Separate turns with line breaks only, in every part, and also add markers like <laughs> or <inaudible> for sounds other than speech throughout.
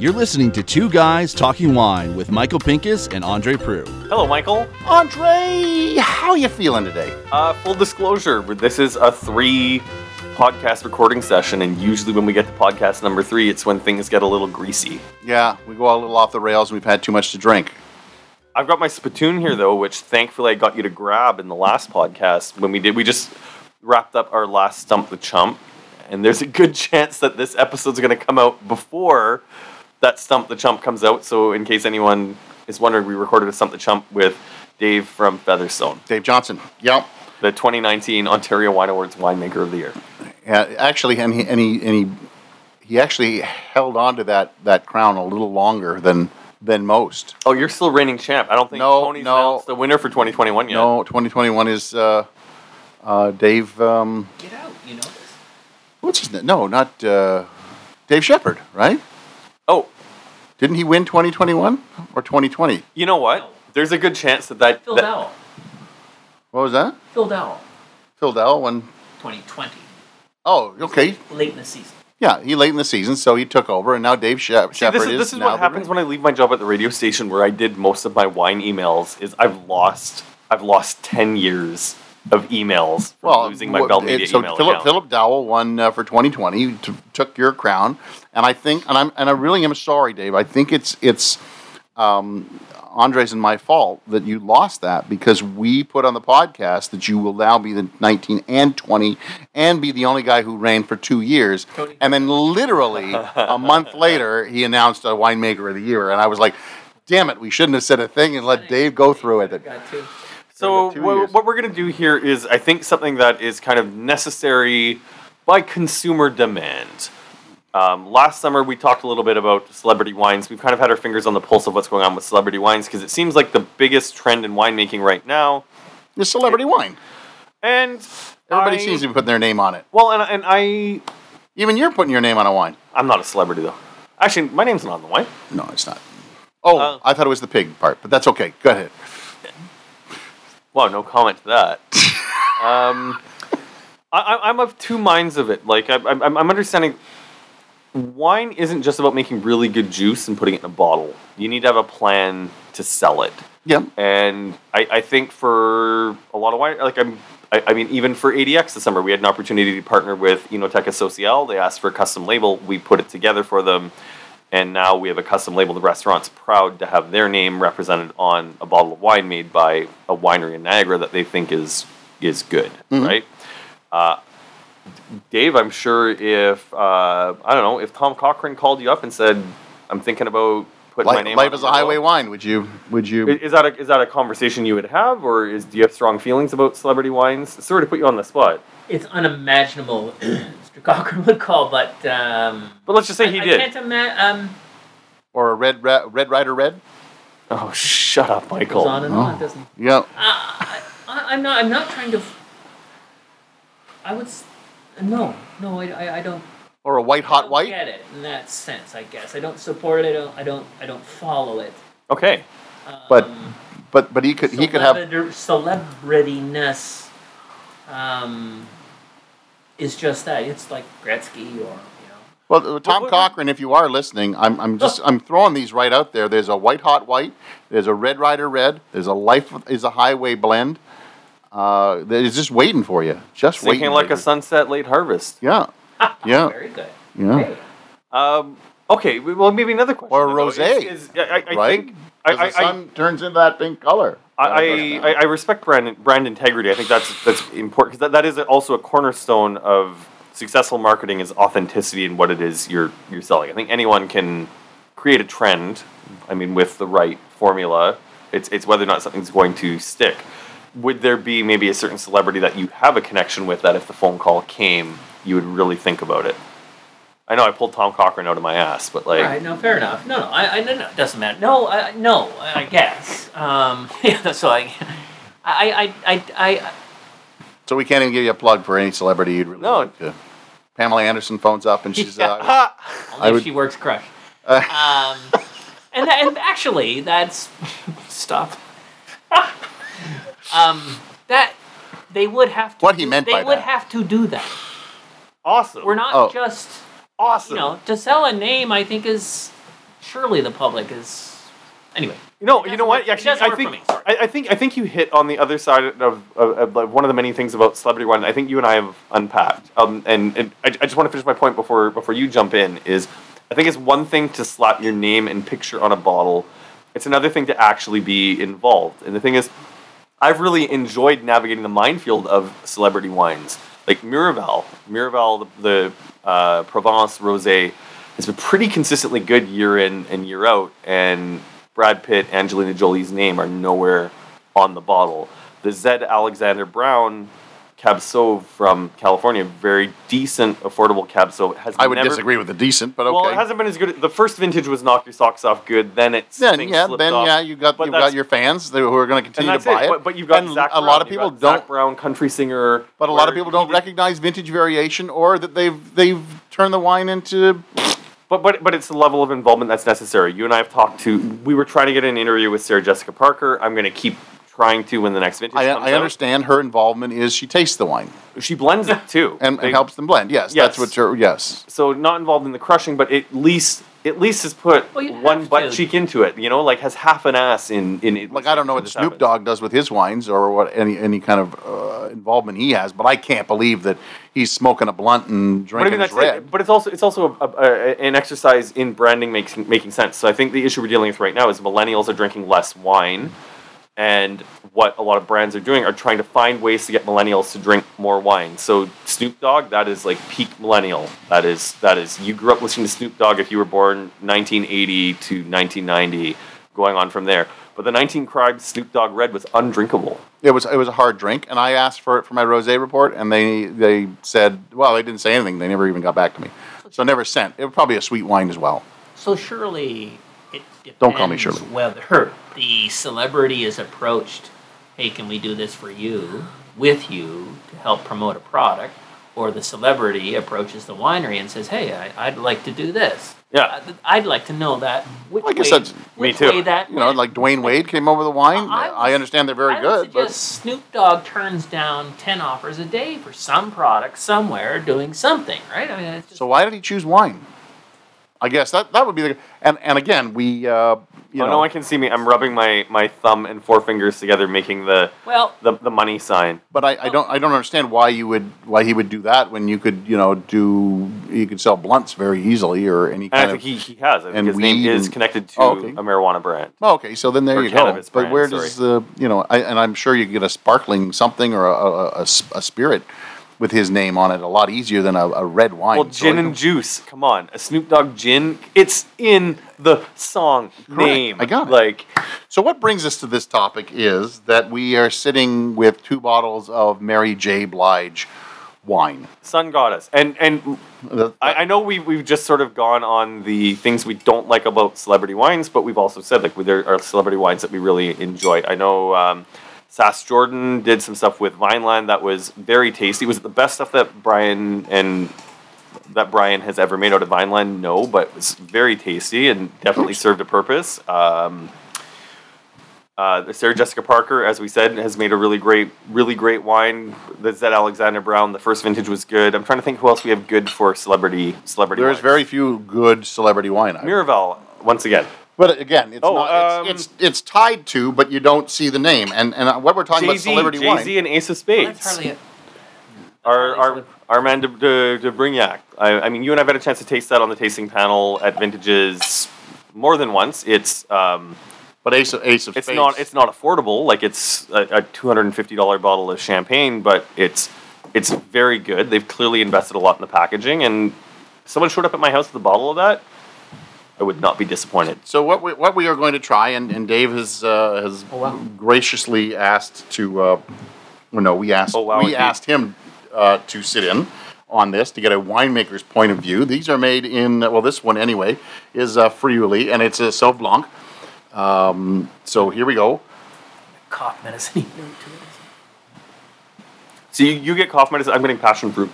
You're listening to Two Guys Talking Wine with Michael Pincus and Andre Prue.
Hello, Michael.
Andre, how you feeling today?
Uh, full disclosure, this is a three podcast recording session, and usually when we get to podcast number three, it's when things get a little greasy.
Yeah, we go a little off the rails and we've had too much to drink.
I've got my spittoon here, though, which thankfully I got you to grab in the last podcast when we did. We just wrapped up our last Stump the Chump, and there's a good <laughs> chance that this episode's going to come out before that Stump the Chump comes out. So, in case anyone is wondering, we recorded a Stump the Chump with Dave from Featherstone,
Dave Johnson. Yep.
the 2019 Ontario Wine Awards Winemaker of the Year.
Yeah, actually, and he and he, and he he actually held on to that that crown a little longer than than most.
Oh, you're still reigning champ. I don't think
No,
Tony's
no.
announced the winner for 2021 yet.
No, 2021 is uh, uh, Dave. Um,
Get out, you know this.
what's his name? No, not uh, Dave Shepard, right?
Oh,
Didn't he win 2021 or 2020?
you know what? There's a good chance that that,
Phil
that-
Dowell.
What was that?
Phil Dowell.
Phil Dowell won.
2020.
Oh, okay.
Late in the season.
Yeah, he late in the season, so he took over, and now Dave Shep-
See,
Shepard
this is, this is
now
what
the-
happens when I leave my job at the radio station where I did most of my wine emails is I've lost I've lost 10 years of emails from losing my
what-
Bell
it-
Media
so
email
Philip,
account.
Philip Dowell won uh, for 2020, t- took your crown, and I think, and I'm, and I really am sorry, Dave. I think it's it's um, Andre's and my fault that you lost that because we put on the podcast that you will now be the 19 and 20 and be the only guy who reigned for two years,
Tony.
and then literally a month later he announced a winemaker of the year, and I was like. Damn it, we shouldn't have said a thing and let Dave go through it.
Got two.
So
Two
wha-
years.
what we're going to do here is, I think, something that is kind of necessary by consumer demand. Um, last summer, we talked a little bit about celebrity wines. We've kind of had our fingers on the pulse of what's going on with celebrity wines because it seems like the biggest trend in winemaking right now.
It's celebrity wine.
And
Everybody
I-
seems to be putting their name on it.
well, and, and I,
Even you're putting your name on a wine.
I'm not a celebrity though. Actually, my name's not on the wine.
No, it's not. Oh,
Uh,
I thought it was the pig part, but that's okay. Go ahead.
Wow, no comment to that. um, I, I- I'm of two minds of it. Like, I, I'm, I'm understanding wine isn't just about making really good juice and putting it in a bottle. You need to have a plan to sell it.
Yeah.
And I, I think for a lot of wine, like I'm, I, I mean, even for ADX this summer, we had an opportunity to partner with Enoteca Social. They asked for a custom label. We put it together for them. And now we have a custom label. The restaurant's proud to have their name represented on a bottle of wine made by a winery in Niagara that they think is is good,
Mm-hmm.
right? Uh, Dave, I'm sure if uh, I don't know if Tom Cochran called you up and said, "I'm thinking about putting my
Life,
name."
life
on
is
the
a highway
bill."
wine. Would you? Would you?
I- Is that a, is that a conversation you would have, or is do you have strong feelings about celebrity wines? It's Sort of put you on the spot,
It's unimaginable <clears throat> what Mr. Cochran would call, but um,
but let's just say
I,
he
I
did.
can't imagine. Um,
or a red ra- red rider red?
Oh, shut up,
goes on
Michael.
and on, doesn't he?
Yeah.
I, I, I'm not. I'm not trying to. f- I would. s- No, no, I, I, I don't.
Or a white
I
hot
don't
white?
Get it in that sense, I guess. I don't support it. I don't. I don't. I don't follow it.
Okay,
Um,
But But but he could he could have.
celebrity- celebrityness. Um, is just that. It's like Gretzky or you know.
Well, uh, Tom
what-
Cochran, if you are listening, I'm I'm just I'm throwing these right out there. There's a white hot white. There's a red rider red. There's a life is a highway blend. Uh, that is just waiting for you. Just waiting.
thinking like
for
a
you.
sunset late harvest.
Yeah. Yeah.
Very good.
Oh. Yeah.
Great.
Um, okay, w- well maybe another question.
Or
though,
rosé,
is- is- I, I- I
right?
think- I-
'Cause
I-
the sun turns into that pink color.
I, I, I, I respect brand brand integrity. I think that's that's important because that, that is also a cornerstone of successful marketing is authenticity in what it is you're you're selling. I think anyone can create a trend. I mean, with the right formula, it's it's whether or not something's going to stick. Would there be maybe a certain celebrity that you have a connection with that if the phone call came, you would really think about it? I know I pulled Tom Cochran out of my ass, but like,
All right, no, fair enough. No, no, I, I no, no, it doesn't matter. No, I, I- no, I I guess. Um, <laughs> yeah, so I, I, I, I, I,
So we can't even give you a plug for any celebrity you'd really
No.
like to. Pamela Anderson phones up and
<laughs>
she's uh,
ha!
only if
would- Uh.
she works
<laughs>
crush. Um, and tha- and <laughs> actually, that's stop. um, that They would have to.
What he
do-
meant
They
by
would
that.
have to do that.
Awesome.
We're not
Oh.
just
awesome.
you know to sell a name. I think is surely the public is anyway.
No, you
It doesn't
know
work-
what?
it
Actually,
doesn't
I
work
think
for me, sorry.
I, I think I think you hit on the other side of, of, of like one of the many things about Celebrity One. I think you and I have unpacked, um, and, and I, I just want to finish my point before before you jump in. Is I think it's one thing to slap your name and picture on a bottle. It's another thing to actually be involved. And the thing is, I've really enjoyed navigating the minefield of celebrity wines, like Miraval. Miraval, the, the uh, Provence rosé, has been pretty consistently good year in and year out. And Brad Pitt, Angelina Jolie's name are nowhere on the bottle. The Zed Alexander Brown Cab Sauv from California, very decent, affordable Cab Sauv. Has
I would
never-
disagree with the decent, but okay.
Well, it hasn't been as good. The first vintage was knock your socks off good. Then it's
then yeah, then
off.
yeah, you got
But
you
that's-
got your fans that- who are going to
and
continue
that's
to buy
it.
it.
But, but you've got
and
Zach
a
Brown.
lot of
You've
people
got Zach
don't.
Brown, country singer.
But a lot of
where
people don't
he did-
recognize vintage variation, or that they've they've turned the wine into.
But but but it's the level of involvement that's necessary. You and I have talked to. We were trying to get an interview with Sarah Jessica Parker. I'm going to keep trying to when the next vintage
I,
comes
I
out.
understand her involvement is she tastes the wine
She blends it too,
<laughs> and, and
Like,
helps them blend. Yes,
Yes.
that's what her. Yes,
So not involved in the crushing, but at least at least has put
Well, you
one
have
butt
to.
cheek into it. You know, like has half an ass in in.
like I don't know what Snoop Dogg does with his wines or what any any kind of uh, involvement he has, but I can't believe that he's smoking a blunt and
But I
drinking
mean,
his
that's
red.
it. But it's also it's also a, a, a- an exercise in branding makes, making sense. So I think the issue we're dealing with right now is millennials are drinking less wine, and what a lot of brands are doing are trying to find ways to get millennials to drink more wine. So Snoop Dogg, that is like peak millennial. That is that is you grew up listening to Snoop Dogg if you were born 1980 to 1990, going on from there. But the 19 Crimes Snoop Dogg Red was undrinkable.
It was it was a hard drink, and I asked for it for my rosé report, and they they said, well, they didn't say anything. They never even got back to me, so never sent. It was probably a sweet wine as well.
So surely it depends
Don't call me Shirley.
whether the celebrity is approached, hey, can we do this for you, with you, to help promote a product, or the celebrity approaches the winery and says, hey, I, I'd like to do this.
Yeah.
I- th- I'd like to know that. Which
I guess
way,
that's- me
which
too.
Way that
You know,
went.
like Dwayne Wade came over the wine. I,
I- I was-
understand they're very
I
good,
would Suggest
but
Snoop Dogg turns down ten offers a day for some product somewhere doing something, right? I mean, it's just,
so why did he choose wine? I guess that that would be the and and again we uh, you
oh,
know
no one can see me. I'm rubbing my, my thumb and forefingers together, making the
well,
the, the money sign.
But I, I don't I don't understand why you would why he would do that when you could you know do you could sell blunts very easily or any
And
kind
I think
of
he, he has. I think
and
his name
weed
is
and-
connected to
Oh, okay.
a marijuana brand.
Oh, okay, so then there
Or
you go.
cannabis
But
brand,
where does the you know? I, and I'm sure you could get a sparkling something or a, a, a s- a spirit with his name on it a lot easier than a, a red wine.
Well,
So
gin
I
and
don't-
juice. Come on, a Snoop Dogg gin. It's in the song name.
I got it.
Like
So what brings us to this topic is that we are sitting with two bottles of Mary J. Blige wine.
Sun Goddess, and and
The-
I, I know we we've just sort of gone on the things we don't like about celebrity wines, but we've also said like there are celebrity wines that we really enjoyed. I know um, Sass Jordan did some stuff with Vineland that was very tasty. Was it the best stuff that Brian and that Brian has ever made out of Vineland? No, but it was very tasty and definitely served a purpose. Um, uh, Sarah Jessica Parker, as we said, has made a really great, really great wine. The Zed Alexander Brown, the first vintage was good. I'm trying to think who else we have good for celebrity celebrity.
there's
wines.
very few good celebrity wine. I-
Miraval once again.
But again, it's
Oh,
not it's,
um,
it's it's tied to, but you don't see the name. And and what we're talking
Jay
about
Z,
celebrity
Jay Z, and
wine.
Ace of
well,
Spades.
that's hardly. A,
our our
Charlie's
Armand de, de, de Brignac. I, I mean, you and I've had a chance to taste that on the tasting panel at Vintages more than once. It's um,
But Ace of Ace of
it's
Spades.
not it's not affordable. Like it's a, a two hundred and fifty dollar bottle of champagne, but it's it's very good. They've clearly invested a lot in the packaging, and someone showed up at my house with a bottle of that. I would not be disappointed.
So what we, what we are going to try, and, and Dave has uh, has
Oh, wow.
graciously asked to, uh, well, no, we asked
Oh, wow,
we
indeed.
asked him uh, to sit in on this to get a winemaker's point of view. These are made in well, this one anyway is uh, Friuli, and it's a Sauv Blanc. Um, so here we go.
cough medicine <laughs> note to it.
So you, you get cough medicine. I'm getting passion fruit,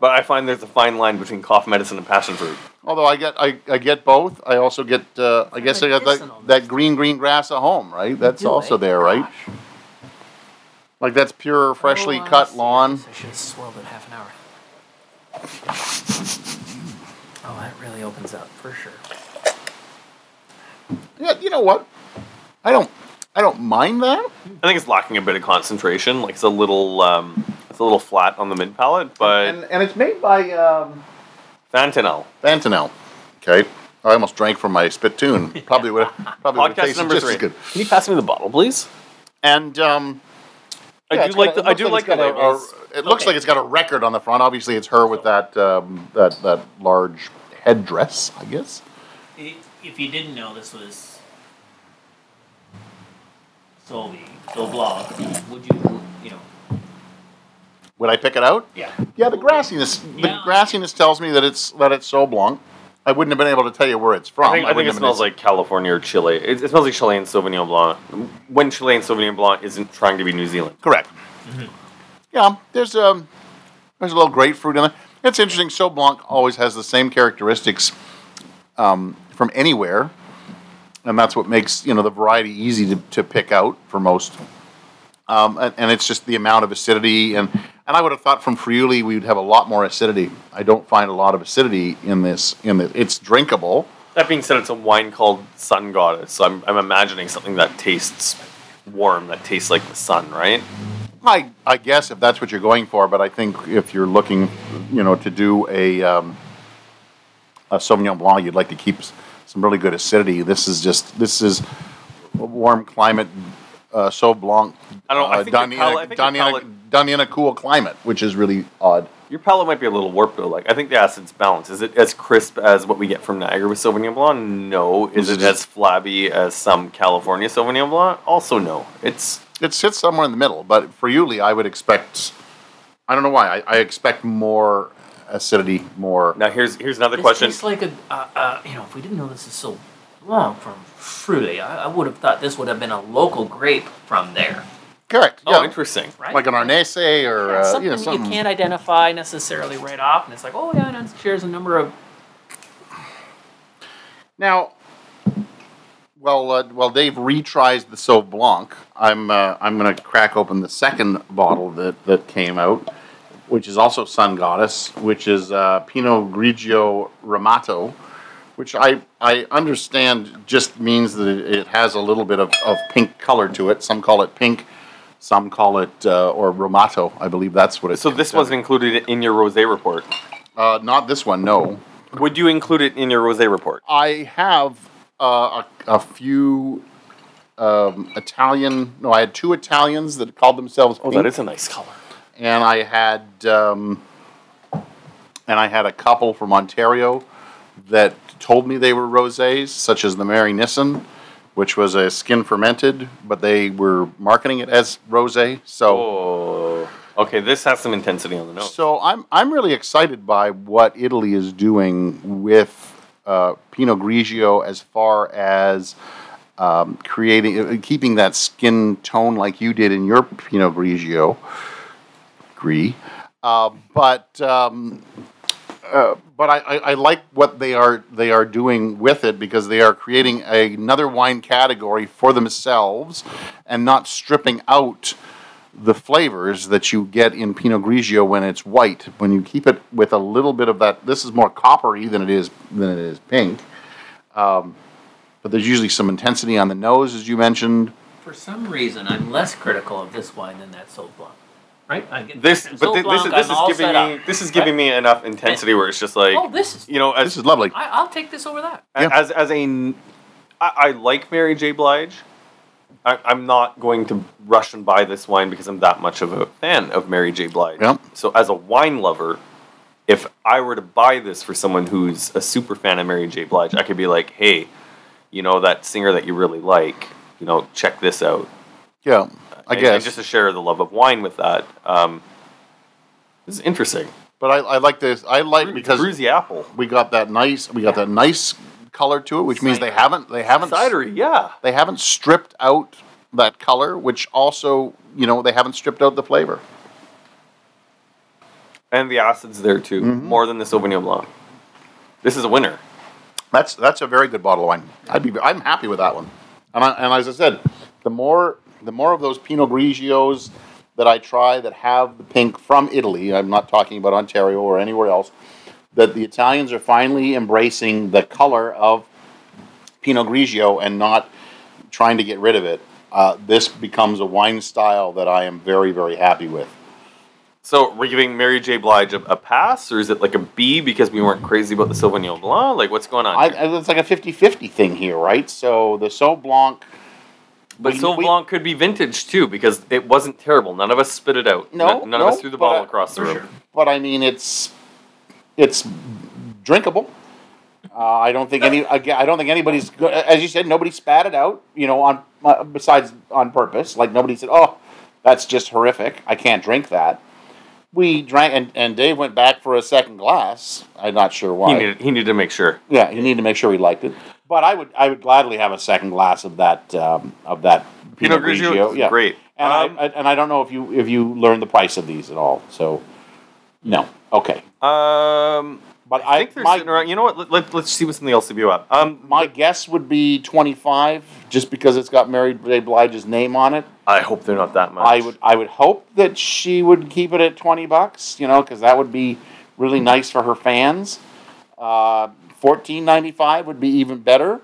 but I find there's a fine line between cough medicine and passion fruit.
Although I get I, I get both, I also get uh, I guess I got that,
medicinal.
that green green grass at home, right? That's
Do
also
it.
there, right?
Gosh.
Like that's pure, freshly
Oh, I
cut
see.
lawn.
I should have swirled it half an hour. Oh, that really opens up for sure.
Yeah, you know what? I don't, I don't mind that.
I think it's lacking a bit of concentration. Like it's a little, um, it's a little flat on the mid palate, but
And and it's made by um,
fentanyl.
Fantanel. Okay, I almost drank from
<laughs>
my spittoon. Probably would, probably would
Podcast
taste
number
just
three.
as good.
Can you pass me the bottle, please?
And um, yeah,
I do
it's
like
got
the,
a-
I
it
do
looks
like the uh,
it's got a- a-
labels.
It looks
Okay.
like it's got a record on the front. Obviously, it's her with that um, that that large headdress, I guess.
I- If you didn't know, this was Solvi, the blog. Would you, you know?
Would I pick it out?
Yeah.
Yeah, the grassiness the
Yeah.
grassiness tells me that it's that it's so blanc. I wouldn't have been able to tell you where it's from.
I think, I think
wouldn't
it
have been-
smells like California or Chile. It, it smells like Chilean Sauvignon Blanc. When Chilean Sauvignon Blanc isn't trying to be New Zealand.
correct.
Mm-hmm.
Yeah, there's a there's a little grapefruit in there. It's interesting. So blanc always has the same characteristics um, from anywhere, and that's what makes you know the variety easy to, to pick out for most. Um, and, and it's just the amount of acidity and and I would have thought from Friuli we would have a lot more acidity. I don't find a lot of acidity in this. In the it's drinkable.
That being said, it's a wine called Sun Goddess. So I'm, I'm imagining something that tastes warm, that tastes like the sun, right?
I, I guess if that's what you're going for, but I think if you're looking, you know, to do a um, a Sauvignon Blanc, you'd like to keep s- some really good acidity. This is just this is a warm climate uh, Sauv Blanc
I don't know, I
uh,
think your
done, in
palate- I
a,
think
done,
your
in a,
palate-
done in a cool climate, which is really odd.
Your palate might be a little warped, though. Like I think the acid's balanced. Is it as crisp as what we get from Niagara with Sauvignon Blanc? No. Is it as flabby as some California Sauvignon Blanc? Also, no. It's
It sits somewhere in the middle, but for Yuli, I would expect. I don't know why. I, I expect more acidity, more.
now here's here's another
This
question.
tastes like a, uh, uh, you know, if we didn't know this is so long from Fruity, I, I would have thought this would have been a local grape from there,
Correct.
oh,
yeah.
interesting.
right?
Like an Arnese or
Yeah,
uh,
something
you know,
that
something.
you can't identify necessarily right off, and it's like, oh yeah, and it shares a number of.
Now, well, uh, while Dave retries the Sauv Blanc, I'm uh, I'm going to crack open the second bottle that that came out, which is also Sun Goddess, which is uh, Pinot Grigio Ramato, which I I understand just means that it, it has a little bit of, of pink color to it. Some call it pink. Some call it uh, or Romato, I believe that's what it's.
So this
considered.
wasn't included in your rosé report.
uh, not this one, no.
Would you include it in your rosé report?
I have uh, a, a few um, Italian. No, I had two Italians that called themselves.
Oh,
pink,
that is a nice color.
And I had, um, and I had a couple from Ontario that told me they were rosés, such as the Mary Nissen, which was a skin fermented, but they were marketing it as rosé. So.
Oh, okay. This has some intensity on the nose.
So I'm I'm really excited by what Italy is doing with uh, Pinot Grigio as far as um, creating uh, keeping that skin tone like you did in your Pinot Grigio, Gris. Uh, but um, uh, but I, I, I like what they are they are doing with it because they are creating another wine category for themselves and not stripping out the flavors that you get in Pinot Grigio when it's white. When you keep it with a little bit of that, this is more coppery than it is than it is pink. Um, but there's usually some intensity on the nose, as you mentioned.
For some reason, I'm less critical of this wine than that Sauv Blanc, right? I get
This,
Sauv
but thi- this,
Blanc,
this is
I'm all
giving
set up.
me this is giving me enough intensity where it's just like,
Oh, this is.
you know, as
This is lovely.
I, I'll take this over that.
a-
yeah.
as as a, n- I, I like Mary J. Blige. I, I'm not going to rush and buy this wine because I'm that much of a fan of Mary J. Blige.
Yep.
So as a wine lover, if I were to buy this for someone who's a super fan of Mary J. Blige, I could be like, hey, you know that singer that you really like, you know, check this out.
Yeah, I
and, and
guess.
just to share the love of wine with that. Um, this is interesting.
but I, I like this. I like
Because
because
bruisy apple,
we got that nice. We got that nice color to it, which means they
Cider.
haven't. They haven't.
cidery, yeah.
They haven't stripped out that color, which also you know they haven't stripped out the flavor.
And the acid's there too,
Mm-hmm.
more than the Sauvignon Blanc. This is a winner.
That's that's a very good bottle of wine. I'd be I'm happy with that one. And I, and as I said, the more the more of those Pinot Grigios that I try that have the pink from Italy. I'm not talking about Ontario or anywhere else. That the Italians are finally embracing the color of Pinot Grigio and not trying to get rid of it. Uh, this becomes a wine style that I am very, very happy with.
So we're giving Mary J. Blige a, a pass, or is it like a B because we weren't crazy about the Sauvignon Blanc? Like, what's going on?
I,
here?
I- it's like a 50 50 thing here, right? So the Sauv Blanc.
but
we-
Sauvignon
we-
Blanc could be vintage too because it wasn't terrible. None of us spit it out.
No,
none, none
no,
of us threw the
but
bottle
I-
across the
for
room.
sure.
but I mean, it's it's drinkable. Uh, I don't think any. aga- I don't think anybody's. go- As you said, nobody spat it out. You know, on uh, besides on purpose. Like nobody said, "Oh, that's just horrific. I can't drink that." We drank, and, and Dave went back for a second glass. I'm not sure why.
He needed, he needed to make sure.
Yeah, you need to make sure he liked it. But I would, I would gladly have a second glass of that, um, of that
Pinot Grigio, is
Yeah,
great.
And
Um,
I, I, and I don't know if you, if you learned the price of these at all. So, no, okay.
Um,
But
I
I,
think they're
my,
sitting around. You know what? Let, let, let's see what something else to view up. Um,
my guess would be twenty five, just because it's got Mary J. Blige's name on it.
I hope they're not that much.
I would, I would hope that she would keep it at twenty bucks. You know, because that would be really nice for her fans. Uh, Fourteen ninety five would be even better.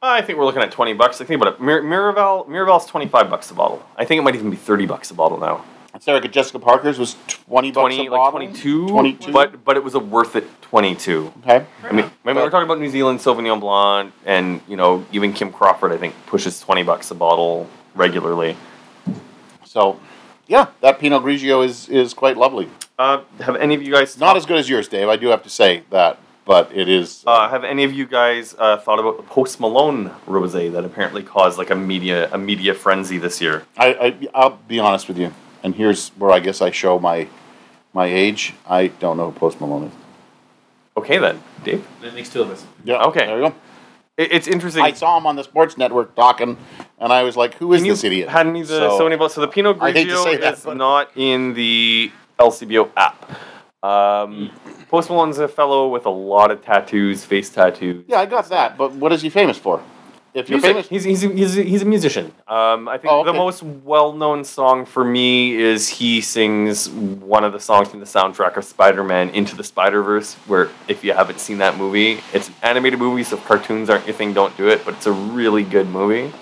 I think we're looking at twenty bucks. Like, think about it. Mir- Miraval, Miraval's twenty five bucks a bottle. I think it might even be thirty bucks a bottle now.
Sarah Jessica Parker's was twenty bucks
Twenty,
a
like
bottle.
twenty two.
22?
But but it was a worth it twenty two.
Okay.
I mean, I mean, we're talking about New Zealand Sauvignon Blanc, and you know, even Kim Crawford, I think, pushes twenty bucks a bottle regularly.
So, yeah, that Pinot Grigio is is quite lovely.
Uh, have any of you guys
Not as good as yours, Dave. I do have to say that, but it is.
Uh, have any of you guys uh, thought about the Post Malone rosé that apparently caused like a media a media frenzy this year?
I, I I'll be honest with you, and here's where I guess I show my my age. I don't know who Post Malone is.
Okay, then, Dave.
That makes two of us.
Yeah.
Okay.
There you go.
It, it's interesting.
I saw him on the sports network talking, and I was like, "Who is
Can you
this idiot?"
Hand me the
So-
Sony bottle. So the Pinot
I hate to say
Grigio
that,
is
but-
not in the LCBO app. Um, Post Malone's a fellow with a lot of tattoos, face tattoos.
Yeah, I got that. But what is he famous for? If you're
Music.
famous,
He's, he's, he's, he's a musician. Um, I think
Oh,
the
okay.
most well known song for me is he sings one of the songs in the soundtrack of Spider Man Into the Spider Verse, where if you haven't seen that movie, it's an animated movie, so if cartoons aren't your thing, don't do it, but it's a really good movie.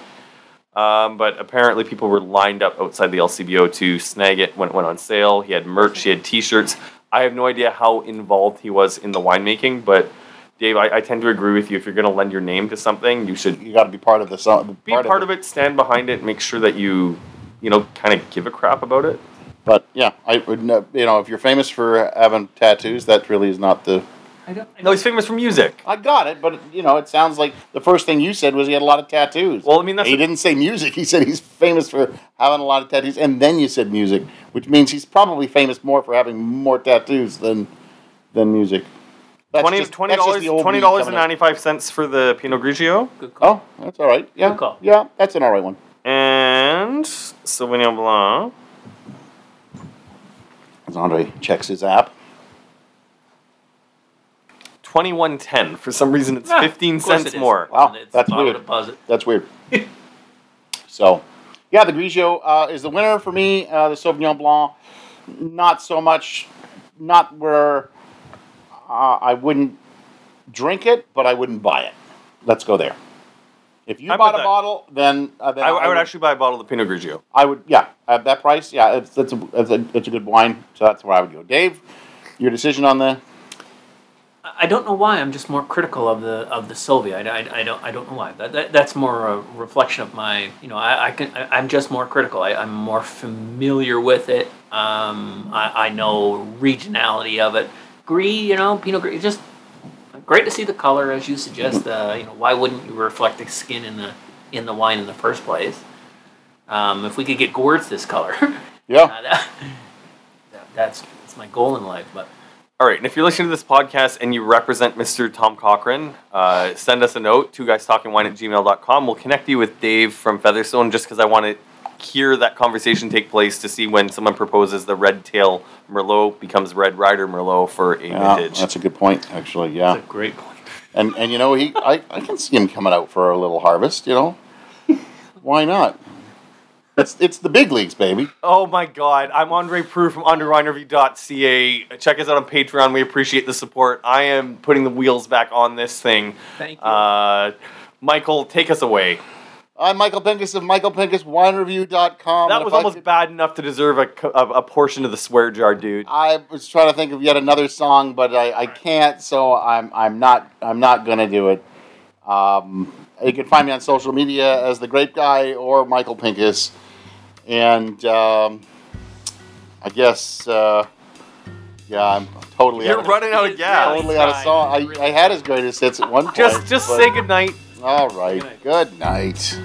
Um, but apparently, people were lined up outside the LCBO to snag it when it went on sale. He had merch, he had t shirts. I have no idea how involved he was in the winemaking, but. Dave, I, I tend to agree with you. If you're going to lend your name to something, you should
you got to be part of the song.
be part, of, it, stand behind it, make sure that you, you know, kind of give a crap about it.
But yeah, I would. know- You know, if you're famous for having tattoos, that really is not the
I don't.
No, he's famous for music.
I got it, but you know, it sounds like the first thing you said was he had a lot of tattoos.
Well, I mean, that's
he
the-
didn't say music. <laughs> He said he's famous for having a lot of tattoos, and then you said music, which means he's probably famous more for having more tattoos than than music. That's
Twenty
just-
twenty
that's just
dollars
the old me
twenty dollars and
coming
ninety
out.
five cents for the Pinot Grigio
Good call.
Oh, that's all right. Yeah,
Good call.
yeah, that's an all right one.
and Sauvignon Blanc.
As Andre checks his app,
Twenty one ten. For some reason, it's
Ah,
fifteen
of course
cents
it is.
more.
Wow,
It's
that's
bottom
weird.
of the puzzle.
that's weird. <laughs> so, yeah, the Grigio uh, is the winner for me. Uh, the Sauvignon Blanc, not so much, not where uh, I wouldn't drink it, but I wouldn't buy it. Let's go there. If you
I'm
bought a
with that.
bottle, then, uh, then
I, I would actually buy a bottle of Pinot Grigio.
I would, yeah, at that price, yeah, it's that's a, that's a that's a good wine. So that's where I would go. Dave, your decision on the
I I don't know why. I'm just more critical of the of the Sylvia. I, I, I don't I don't know why. That, that, that's more a reflection of my you know I, I can I, I'm just more critical. I, I'm more familiar with it. Um, I, I know regionality of it. Gree, you know, Pinot Gris. Just great to see the color as you suggest. Uh, you know, why wouldn't you reflect the skin in the in the wine in the first place? Um, if we could get Gourds this color, <laughs>
yeah.
Uh, that- that's that's my goal in life. But
All right, and if you're listening to this podcast and you represent Mr. Tom Cochran, uh, send us a note, two guys talking wine at gmail.com. We'll connect you with Dave from Featherstone just because I want to hear that conversation take place to see when someone proposes the Red Tail Merlot becomes Red Rider Merlot for a
Yeah,
vintage.
that's a good point, actually. Yeah,
that's a great point.
And and you know he I, I can see him coming out for a little harvest, you know. Why not? It's, it's the big leagues, baby.
Oh my God! I'm Andre Prue from UnderwineReview.ca. Check us out on Patreon. We appreciate the support. I am putting the wheels back on this thing.
Thank you.
Uh, Michael, take us away.
I'm Michael Pincus of MichaelPincusWineReview.com.
That
If
was
I
almost
could-
bad enough to deserve a, co- a, a portion of the swear jar, dude.
I was trying to think of yet another song, but I, I can't, so I'm I'm not I'm not gonna do it. Um, you can find me on social media as the Grape Guy or Michael Pincus, and um, I guess uh, yeah, I'm totally
You're
out of,
running out of gas.
totally out of song. I, I had his greatest hits at one
<laughs>
point.
Just, just
but-
say goodnight.
All right, good night.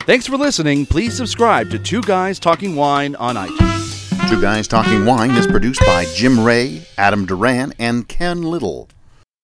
Thanks for listening. Please subscribe to Two Guys Talking Wine on iTunes.
Two Guys Talking Wine is produced by Jim Ray, Adam Duran, and Ken Little.